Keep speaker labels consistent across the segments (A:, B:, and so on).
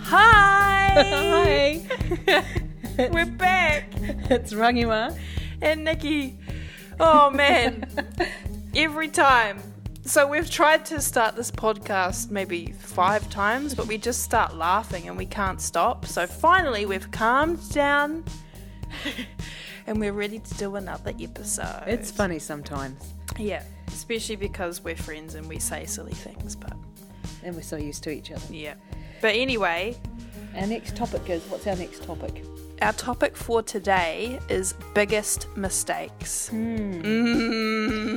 A: Hi!
B: Hi.
A: We're back!
B: it's Rangima.
A: And Nikki. Oh man, every time. So we've tried to start this podcast maybe five times, but we just start laughing and we can't stop. So finally, we've calmed down and we're ready to do another episode.
B: It's funny sometimes,
A: Yeah, especially because we're friends and we say silly things, but
B: and we're so used to each other.
A: yeah. But anyway,
B: Our next topic is what's our next topic?
A: Our topic for today is biggest mistakes. Mm,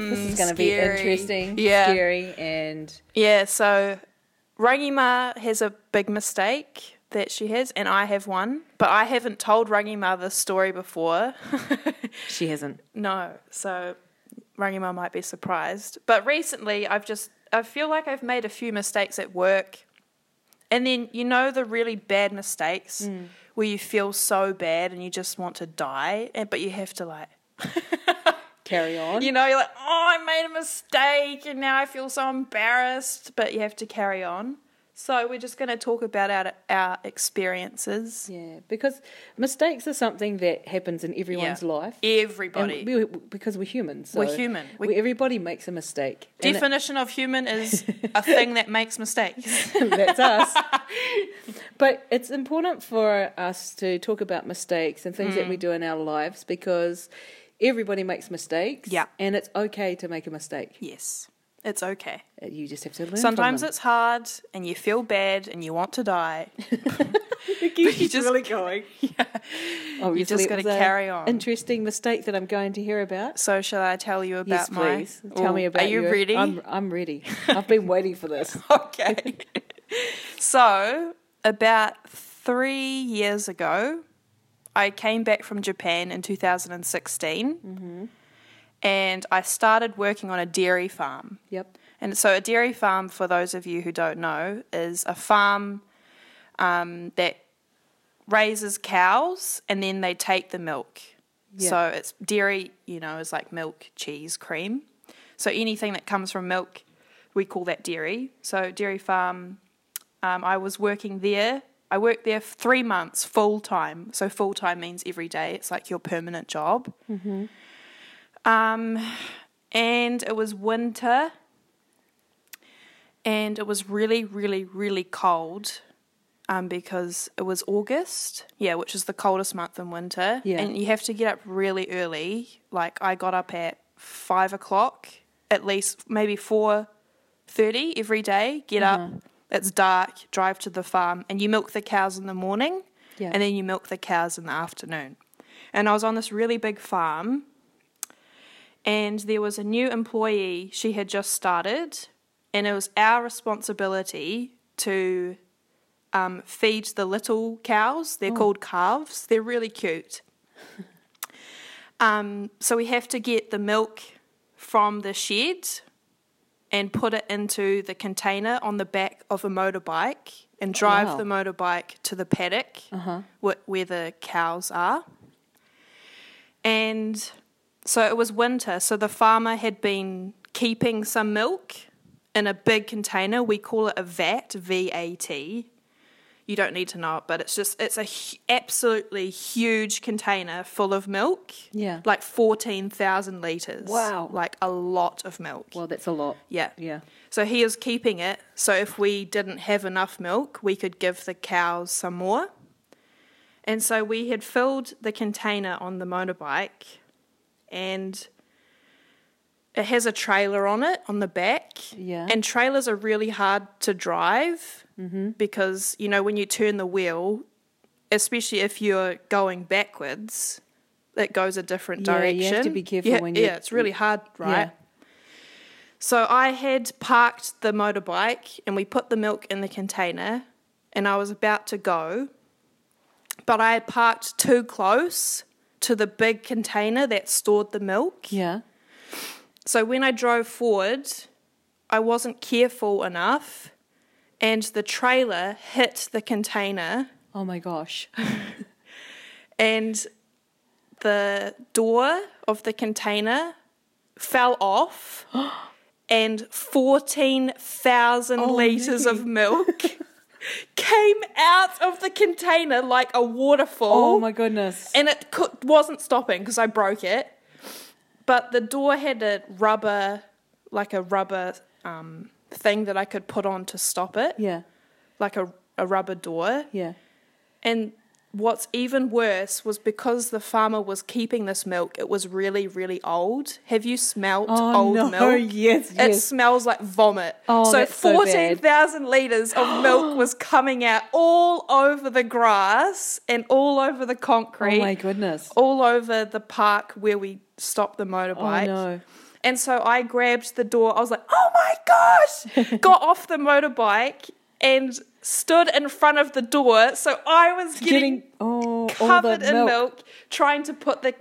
B: This is going to be
A: scary.
B: interesting,
A: Yeah.
B: scary, and
A: Yeah, so Rangima has a big mistake that she has, and I have one, but I haven't told Rangima this story before.
B: she hasn't.
A: no, so Rangima might be surprised. But recently, I've just, I feel like I've made a few mistakes at work. And then, you know, the really bad mistakes where you feel so bad and you just want to die, and- but you have to like,
B: Carry on.
A: you know, you're like, oh, I made a mistake and now I feel so embarrassed, but you have to carry on. So we're just going to talk about our, our experiences.
B: Yeah, because mistakes are something that happens in everyone's
A: Yeah.
B: life. And
A: Everybody.
B: we, we- because we're human, so
A: We're human. We-
B: we- everybody makes a mistake. And it-
A: Definition of human is a thing that makes mistakes.
B: That's us. but it's important for us to talk about mistakes and things
A: Mm.
B: that we do in our lives because everybody makes mistakes.
A: Yeah.
B: And it's okay to make a mistake.
A: Yes, it's okay.
B: You just have to learn. from
A: Sometimes
B: them.
A: it's hard and you feel bad and you want to die.
B: Nikki's
A: you just-
B: really going. Obviously,
A: just
B: it
A: gotta
B: was a
A: carry on.
B: Interesting mistake that I'm going to hear about.
A: So shall I tell you about
B: yes,
A: my?
B: please. Tell me
A: Ooh,
B: about
A: Are you
B: your-
A: ready?
B: I'm, I'm ready. I've been waiting for this.
A: okay. so, about three years ago, I came back from Japan in 2016 and I started working on a dairy farm.
B: Yep.
A: And so, a dairy farm, for those of you who don't know, is a farm um, that raises cows and then they take the milk.
B: Yeah.
A: So, it's dairy, you know, is like milk, cheese, cream. So, anything that comes from milk, we call that dairy. So, dairy farm, um, I was working there. I worked there for three months full time. So, full time means every day, it's like your permanent job. Um, and it was winter, and it was really, really, really cold. Um, because it was August, yeah, which is the coldest month in winter,
B: Yeah.
A: and you have to get up really early. Like I got up at five o'clock, at least maybe four thirty every day. Get up, it's dark, drive to the farm, and you milk the cows in the morning,
B: Yeah.
A: and then you milk the cows in the afternoon. And I was on this really big farm, and there was a new employee she had just started, and it was our responsibility to um, feed the little cows. They're called calves, they're really cute. um, so we have to get the milk from the shed and put it into the container on the back of a motorbike and drive
B: Wow.
A: the motorbike to the paddock wh- where the cows are. And so it was winter, so the farmer had been keeping some milk in a big container. We call it a vat, V A T. You don't need to know it, but it's just it's a hu- absolutely huge container full of milk.
B: Yeah.
A: like fourteen thousand liters.
B: Wow.
A: like a lot of milk.
B: Well, that's a lot.
A: yeah,
B: Yeah.
A: so he was keeping it. So if we didn't have enough milk, we could give the cows some more. And so we had filled the container on the motorbike and it has a trailer on it on the back.
B: Yeah.
A: And trailers are really hard to drive
B: Mm-hmm.
A: because, you know, when you turn the wheel, especially if you're going backwards, it goes a different
B: Yeah,
A: direction.
B: you have to be careful
A: yeah,
B: when you-
A: Yeah, it's really hard, right?
B: Yeah.
A: So I had parked the motorbike and we put the milk in the container and I was about to go, but I had parked too close to the big container that stored the milk.
B: Yeah.
A: So when I drove forward, I wasn't careful enough and the trailer hit the container
B: Oh my gosh.
A: and the door of the container fell off
B: Oh,
A: and 14,000 litres of milk came out of the container like a waterfall.
B: Oh my goodness.
A: And it cou- wasn't stopping because I broke it. But the door had a rubber, like a rubber um, thing that I could put on to stop it,
B: Yeah.
A: like a, a rubber door.
B: Yeah.
A: And what's even worse was because the farmer was keeping this milk, it was really, really old. Have you smelt old milk?
B: Oh, Yes,
A: It
B: yes.
A: smells like vomit.
B: Oh,
A: so
B: that's so bad.
A: 14,000 litres of milk was coming out all over the grass and all over the concrete,
B: oh my goodness. Oh,
A: all over the park where we stopped the motorbike.
B: no.
A: And so I grabbed the door. I was like, oh my gosh! Got off the motorbike and stood in front of the door. So I was
B: Getting,
A: getting,
B: oh, all the
A: covered in milk.
B: milk.
A: trying to put the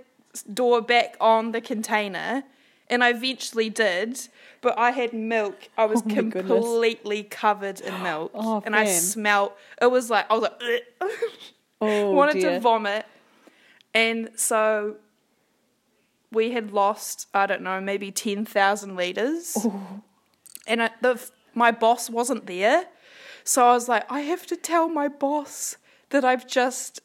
A: door back on the container. And I eventually did, but I had milk. I was
B: Oh my goodness.
A: completely covered in milk.
B: Oh,
A: and I
B: fam.
A: smelt, it was like, I was like,
B: Oh,
A: wanted to
B: dear.
A: vomit. And so we had lost, I don't know, maybe 10,000 litres. And I, the, my boss wasn't there. So I was like, I have to tell my boss that I've just,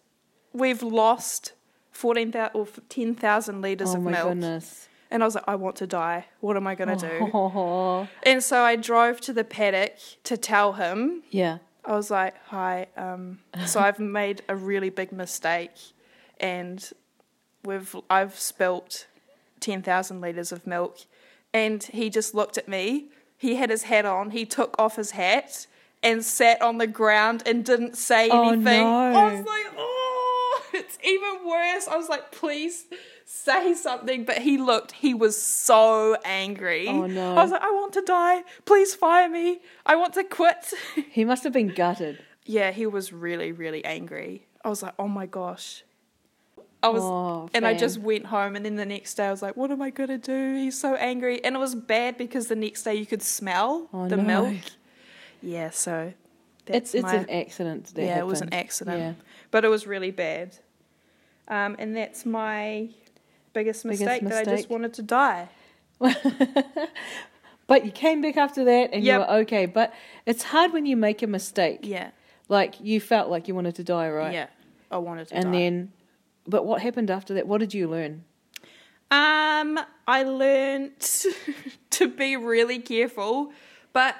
A: we've lost 14,000 or 10,000 litres
B: Oh
A: of
B: my
A: milk.
B: goodness.
A: And I was like, I want to die. What am I going to do?
B: Oh,
A: And so I drove to the paddock to tell him.
B: yeah.
A: I was like, hi, um, so I've made a really big mistake and we've I've spilt 10,000 litres of milk. And he just looked at me. He had his hat on. He took off his hat and sat on the ground and didn't say
B: Oh,
A: anything. I
B: no.
A: was like, oh, it's even worse. I was like, please say something. But he looked, he was so angry.
B: Oh, no.
A: I was like, I want to die. Please fire me. I want to quit.
B: He must have been gutted.
A: yeah, he was really, really angry. I was like, oh my gosh. I was,
B: Oh,
A: and I
B: fam.
A: just went home. And then the next day, I was like, what am I going to do? He's so angry. And it was bad because the next day you could smell
B: Oh,
A: the
B: no.
A: milk. Yeah, so that's
B: It's, it's
A: my,
B: an accident. That
A: yeah, it was an
B: happened.
A: accident.
B: Yeah.
A: But it was really bad. Um, and that's my biggest mistake, that I just
B: mistake.
A: wanted to die.
B: But you came back after that and
A: Yep.
B: you were okay. But it's hard when you make a mistake.
A: Yeah.
B: Like you felt like you wanted to die, right?
A: Yeah. I wanted to
B: And
A: die.
B: then, but what happened after that? What did you learn?
A: Um, I learnt to be really careful, but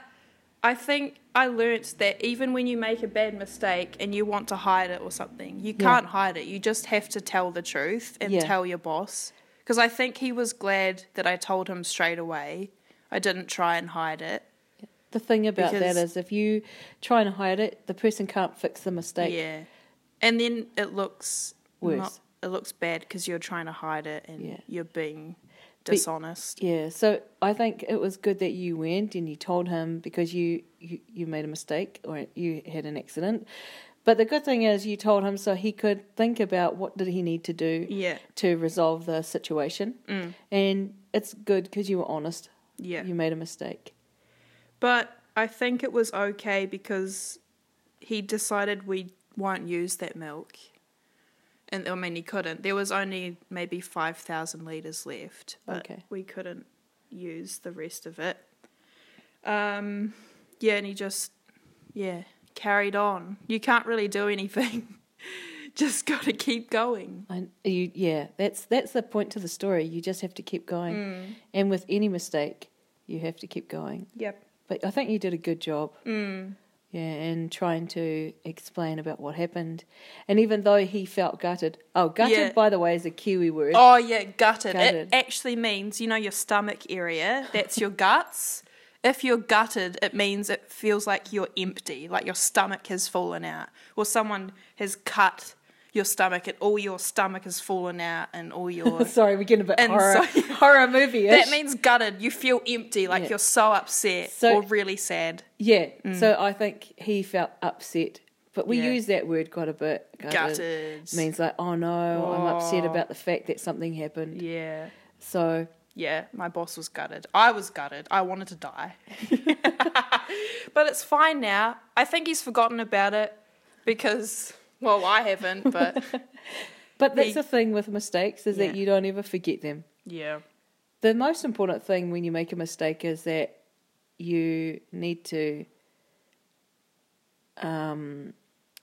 A: I think I learnt that even when you make a bad mistake and you want to hide it or something, you
B: Yeah.
A: can't hide it. You just have to tell the truth and
B: Yeah.
A: tell your boss. Because I think he was glad that I told him straight away. I didn't try and hide it.
B: The thing about
A: Because-
B: that is, if you try and hide it, the person can't fix the mistake.
A: Yeah, and then it looks
B: Worse.
A: not- it looks bad because you're trying to hide it and
B: Yeah.
A: you're being dishonest.
B: Yeah, so I think it was good that you went and you told him because you, you, you made a mistake or you had an accident. But the good thing is you told him so he could think about what did he need to do
A: Yeah. Mm.
B: to resolve the situation. And it's good because you were honest.
A: Yeah.
B: You made a mistake.
A: But I think it was okay because he decided we won't use that milk. And I mean, he couldn't. There was only maybe 5,000 litres left. But
B: Okay.
A: We couldn't use the rest of it. Um, yeah, and he just, yeah, carried on. You can't really do anything. just got to keep going.
B: I, you, yeah, that's that's the point to the story. You just have to keep going,
A: Mm.
B: and with any mistake, you have to keep going.
A: Yep.
B: But I think you did a good job.
A: Mm.
B: Yeah, and trying to explain about what happened, and even though he felt gutted, oh, gutted
A: Yeah.
B: by the way is a Kiwi word.
A: Oh yeah, gutted. It
B: Gutted.
A: actually means you know your stomach area. That's your guts. If you're gutted, it means it feels like you're empty, like your stomach has fallen out, or someone has cut your stomach, and all your stomach has fallen out, and all your
B: Sorry, we're getting a bit
A: And
B: horror
A: so-
B: horror movie.
A: that means gutted. You feel empty, like
B: Yeah.
A: you're so upset
B: So-
A: or really sad.
B: yeah. So I think he felt upset, but we
A: Mm. Yeah.
B: use that word quite a bit.
A: Gutted.
B: means like, oh no, I'm upset
A: Oh.
B: about the fact that something happened.
A: Yeah.
B: So
A: Yeah, my boss was gutted. I was gutted. I wanted to die. but it's fine now. I think he's forgotten about it because, well, I haven't, but
B: But that's
A: They-
B: the thing with mistakes is that
A: Yeah.
B: you don't ever forget them.
A: yeah.
B: The most important thing when you make a mistake is that you need to um,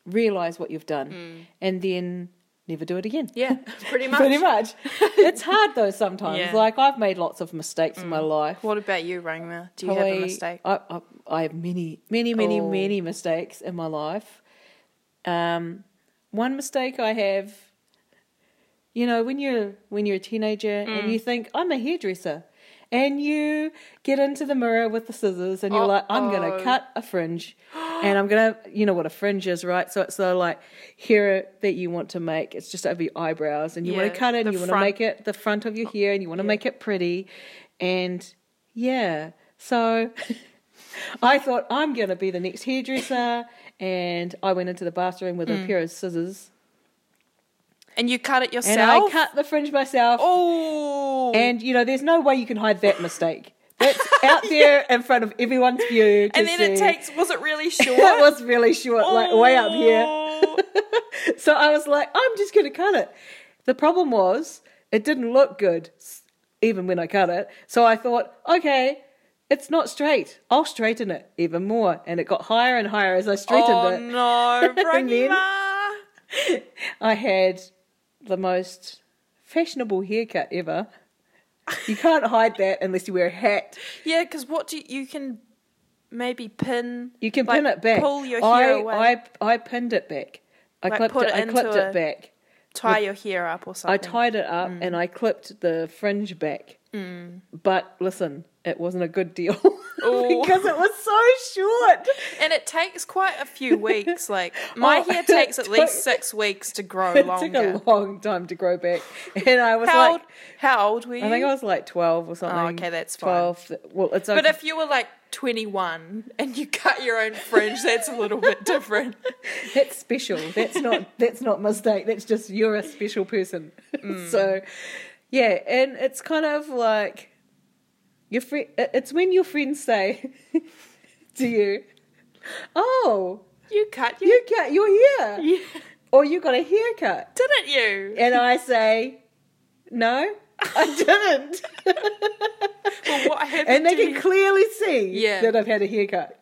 B: realize what you've done and then never do it again.
A: Mm. Yeah, pretty much.
B: Pretty much. it's hard though sometimes.
A: Yeah. Mm.
B: Like I've made lots of mistakes in my life.
A: What about you, Rangma? Do you have a
B: Probably-
A: mistake?
B: I, I, I have many, many, many,
A: Oh.
B: many mistakes in my life. Um, one mistake I have, you know, when you're when you're a teenager
A: Mm.
B: and you think I'm a hairdresser, and you get into the mirror with the scissors and you're like, I'm
A: Uh-oh.
B: gonna cut a fringe, and I'm gonna, you know, what a fringe is, right? So it's the like hair that you want to make. It's just over your eyebrows, and you want
A: Yeah,
B: to cut it, and
A: the
B: you want to
A: front. Oh,
B: make it the front of your hair, and you want to make it pretty, and yeah. So I thought I'm going to be the next hairdresser, and I went into the bathroom with
A: Mm.
B: a pair of scissors,
A: And you cut it
B: and
A: yourself?
B: I cut the fringe myself.
A: Oh.
B: And you know, there's no way you can hide that mistake. That's out there in front of everyone's view. to
A: And then it
B: see.
A: takes, was it really short?
B: That was really short, like way up here.
A: Oh.
B: So I was like, I'm just going to cut it. The problem was, it didn't look good s- even when I cut it. So I thought, okay, it's not straight. I'll straighten it even more. And it got higher and higher as I straightened
A: Oh,
B: it.
A: no,
B: And then-
A: Rangma.
B: I had the most fashionable haircut ever. You can't hide that unless you wear a hat.
A: Yeah, because what do you, you can maybe pin?
B: You can
A: like,
B: pin it back.
A: Pull your
B: I,
A: hair away,
B: I I pinned it back. I
A: Like,
B: clipped
A: put
B: it.
A: it
B: I clipped
A: into
B: it
A: a-
B: back.
A: tie your hair up or something.
B: I tied it up
A: Mm.
B: and I clipped the fringe back. But listen, it wasn't a good deal
A: Ooh.
B: because it was so short.
A: and it takes quite a few weeks. Like my
B: Oh,
A: hair takes
B: it
A: at least
B: took-
A: six weeks to grow
B: It took
A: longer.
B: a long time to grow back, and I was
A: how
B: like,
A: old? How old were you? Oh,
B: I think I was like twelve or something.
A: okay, that's fine.
B: twelve. Well, it's okay.
A: but if you were like twenty-one and you cut your own fringe, that's a little bit different.
B: that's special. That's not that's not mistake. That's just you're a special person.
A: Mm.
B: so, yeah, and it's kind of like your friend. It's when your friends say to you, "Oh,
A: You cut your
B: you got you're here,
A: yeah.
B: or you got a haircut,"
A: didn't you?
B: and I say, "No, I didn't,"
A: Well, what happened?
B: and they
A: to
B: can
A: you?
B: clearly see
A: Yeah.
B: that I've had a haircut.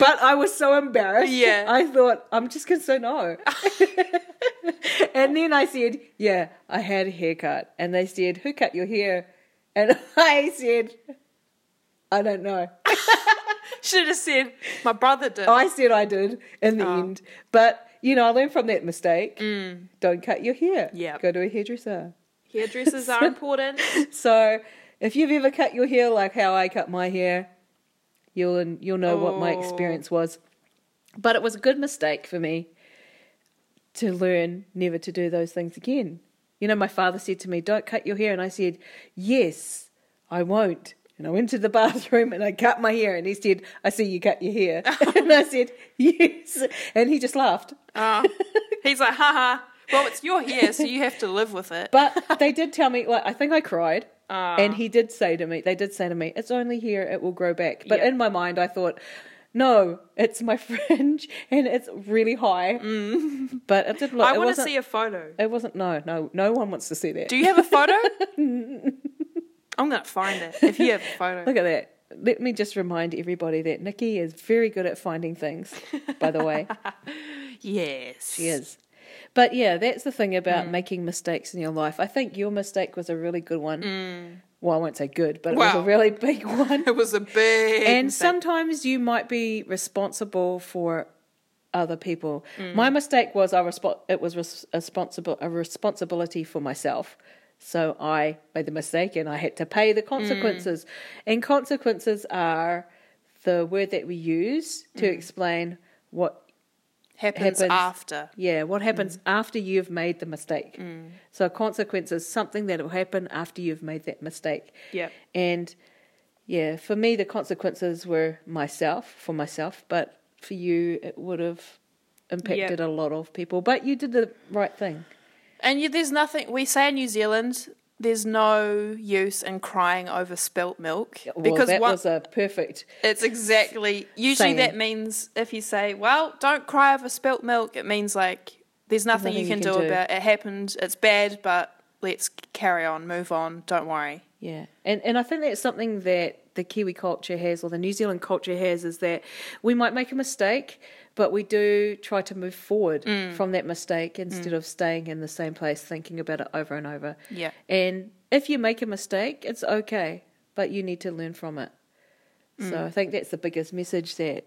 B: But I was so embarrassed.
A: Yeah.
B: I thought, I'm just going to say no. and then I said, Yeah, I had a haircut. And they said, Who cut your hair? And I said, I don't know.
A: should have said my brother did.
B: I said I did in the
A: Oh. Mm.
B: end. But, you know, I learned from that mistake. Don't cut your hair.
A: Yep.
B: Go to a hairdresser.
A: Hairdressers are important.
B: So if you've ever cut your hair like how I cut my hair, you'll you'll know what my
A: Oh.
B: experience was. But it was a good mistake for me to learn never to do those things again. You know, my father said to me, "Don't cut your hair," and I said, "Yes, I won't." And I went to the bathroom and I cut my hair, and he said, "I see you cut your hair," and I said, "Yes," and he just laughed.
A: Oh. He's like, haha. Well, it's your hair, so you have to live with it.
B: But they did tell me, like, I think I cried.
A: Ah.
B: And he did say to me, they did say to me, it's only here, it will grow back. But
A: Yeah.
B: in my mind, I thought, no, it's my fringe and it's really high. But it did look.
A: Mm. I want
B: it
A: to
B: wasn't,
A: see a photo.
B: It wasn't, no, no, no one wants to see that.
A: Do you have a photo? I'm gonna find it if you have a photo.
B: Look at that. Let me just remind everybody that Nikki is very good at finding things, by the way.
A: yes,
B: She is. But yeah, that's the thing
A: Mm.
B: about making mistakes in your life. I think your mistake was a really good one.
A: Mm.
B: Well, I won't say good, but it was
A: Wow.
B: a really big one.
A: It was a big
B: and
A: mistake.
B: sometimes you might be responsible for other people. My mistake was I respo- it was res- responsible a responsibility for myself. So I made the mistake and I had to pay the consequences. And consequences are the word that we use to explain what
A: happens,
B: happens.
A: after.
B: yeah, what
A: Mm.
B: happens after you've made the mistake. So a consequence is something that will happen after you've made that mistake.
A: Yep.
B: And yeah, for me the consequences were myself for myself, but for you it would have impacted a lot of people. But you did the right thing.
A: And you, there's nothing we say in New Zealand. There's no use in crying over spilt milk
B: well,
A: because
B: that
A: one,
B: was a perfect
A: it's exactly usually
B: Saying.
A: that means if you say, "Well, don't cry over spilt milk," it means like there's nothing, you can, do, about it. It happened. It's bad, but let's carry on, move on. Don't worry.
B: Yeah, and and I think that's something that the Kiwi culture has or the New Zealand culture has is that we might make a mistake, but we do try to move forward from that mistake instead of staying in the same place thinking about it over and over.
A: Yeah.
B: And if you make a mistake, it's okay, but you need to learn from it. So I think that's the biggest message that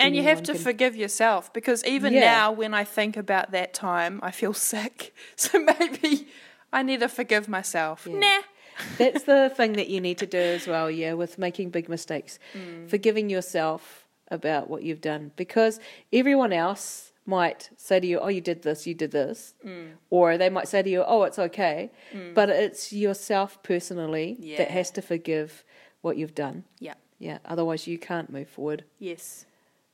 A: And you have
B: anyone
A: to
B: can-
A: forgive yourself because even
B: Yeah.
A: now, when I think about that time, I feel sick. So maybe I need to forgive myself. Nah.
B: That's the thing that you need to do as well, yeah, with making big mistakes.
A: Mm.
B: Forgiving yourself about what you've done because everyone else might say to you, Oh, you did this, you did this.
A: Mm.
B: Or they might say to you, Oh, it's okay. But it's yourself personally
A: Yeah.
B: that has to forgive what you've done.
A: Yeah.
B: Yeah, otherwise you can't move forward.
A: Yes.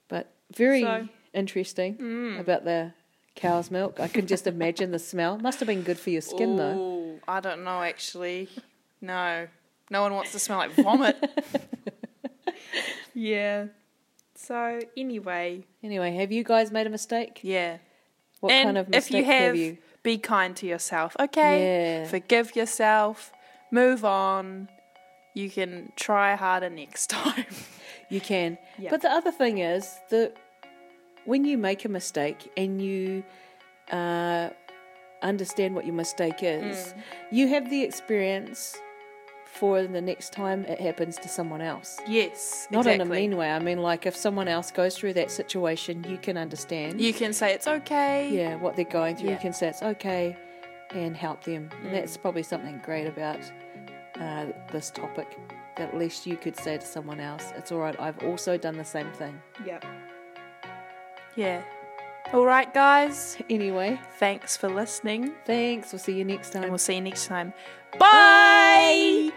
B: But very
A: So- Mm.
B: interesting about the cow's milk. I can just imagine the smell. Must have been good for your skin, though.
A: Ooh, I don't know actually. No. No one wants to smell like vomit. yeah. So anyway,
B: Anyway, have you guys made a mistake?
A: yeah.
B: What
A: and
B: kind of
A: if
B: mistake
A: you have,
B: have you?
A: be kind to yourself, okay?
B: Yeah.
A: Forgive yourself. Move on. You can try harder next time.
B: You can.
A: Yeah.
B: But the other thing is that when you make a mistake and you uh, understand what your mistake is,
A: Mm.
B: you have the experience for the next time it happens to someone else.
A: yes.
B: Not
A: exactly.
B: in a mean way. I mean, like if someone else goes through that situation, you can understand.
A: You can say it's okay.
B: yeah, what they're going through.
A: Yeah.
B: You can say it's okay and help them. And that's probably something great about uh, this topic. That at least you could say to someone else, it's all right, I've also done the same thing.
A: Yep. Yeah. All right, guys.
B: Anyway,
A: Thanks for listening.
B: thanks. We'll see you next time.
A: and we'll see you next time. Bye!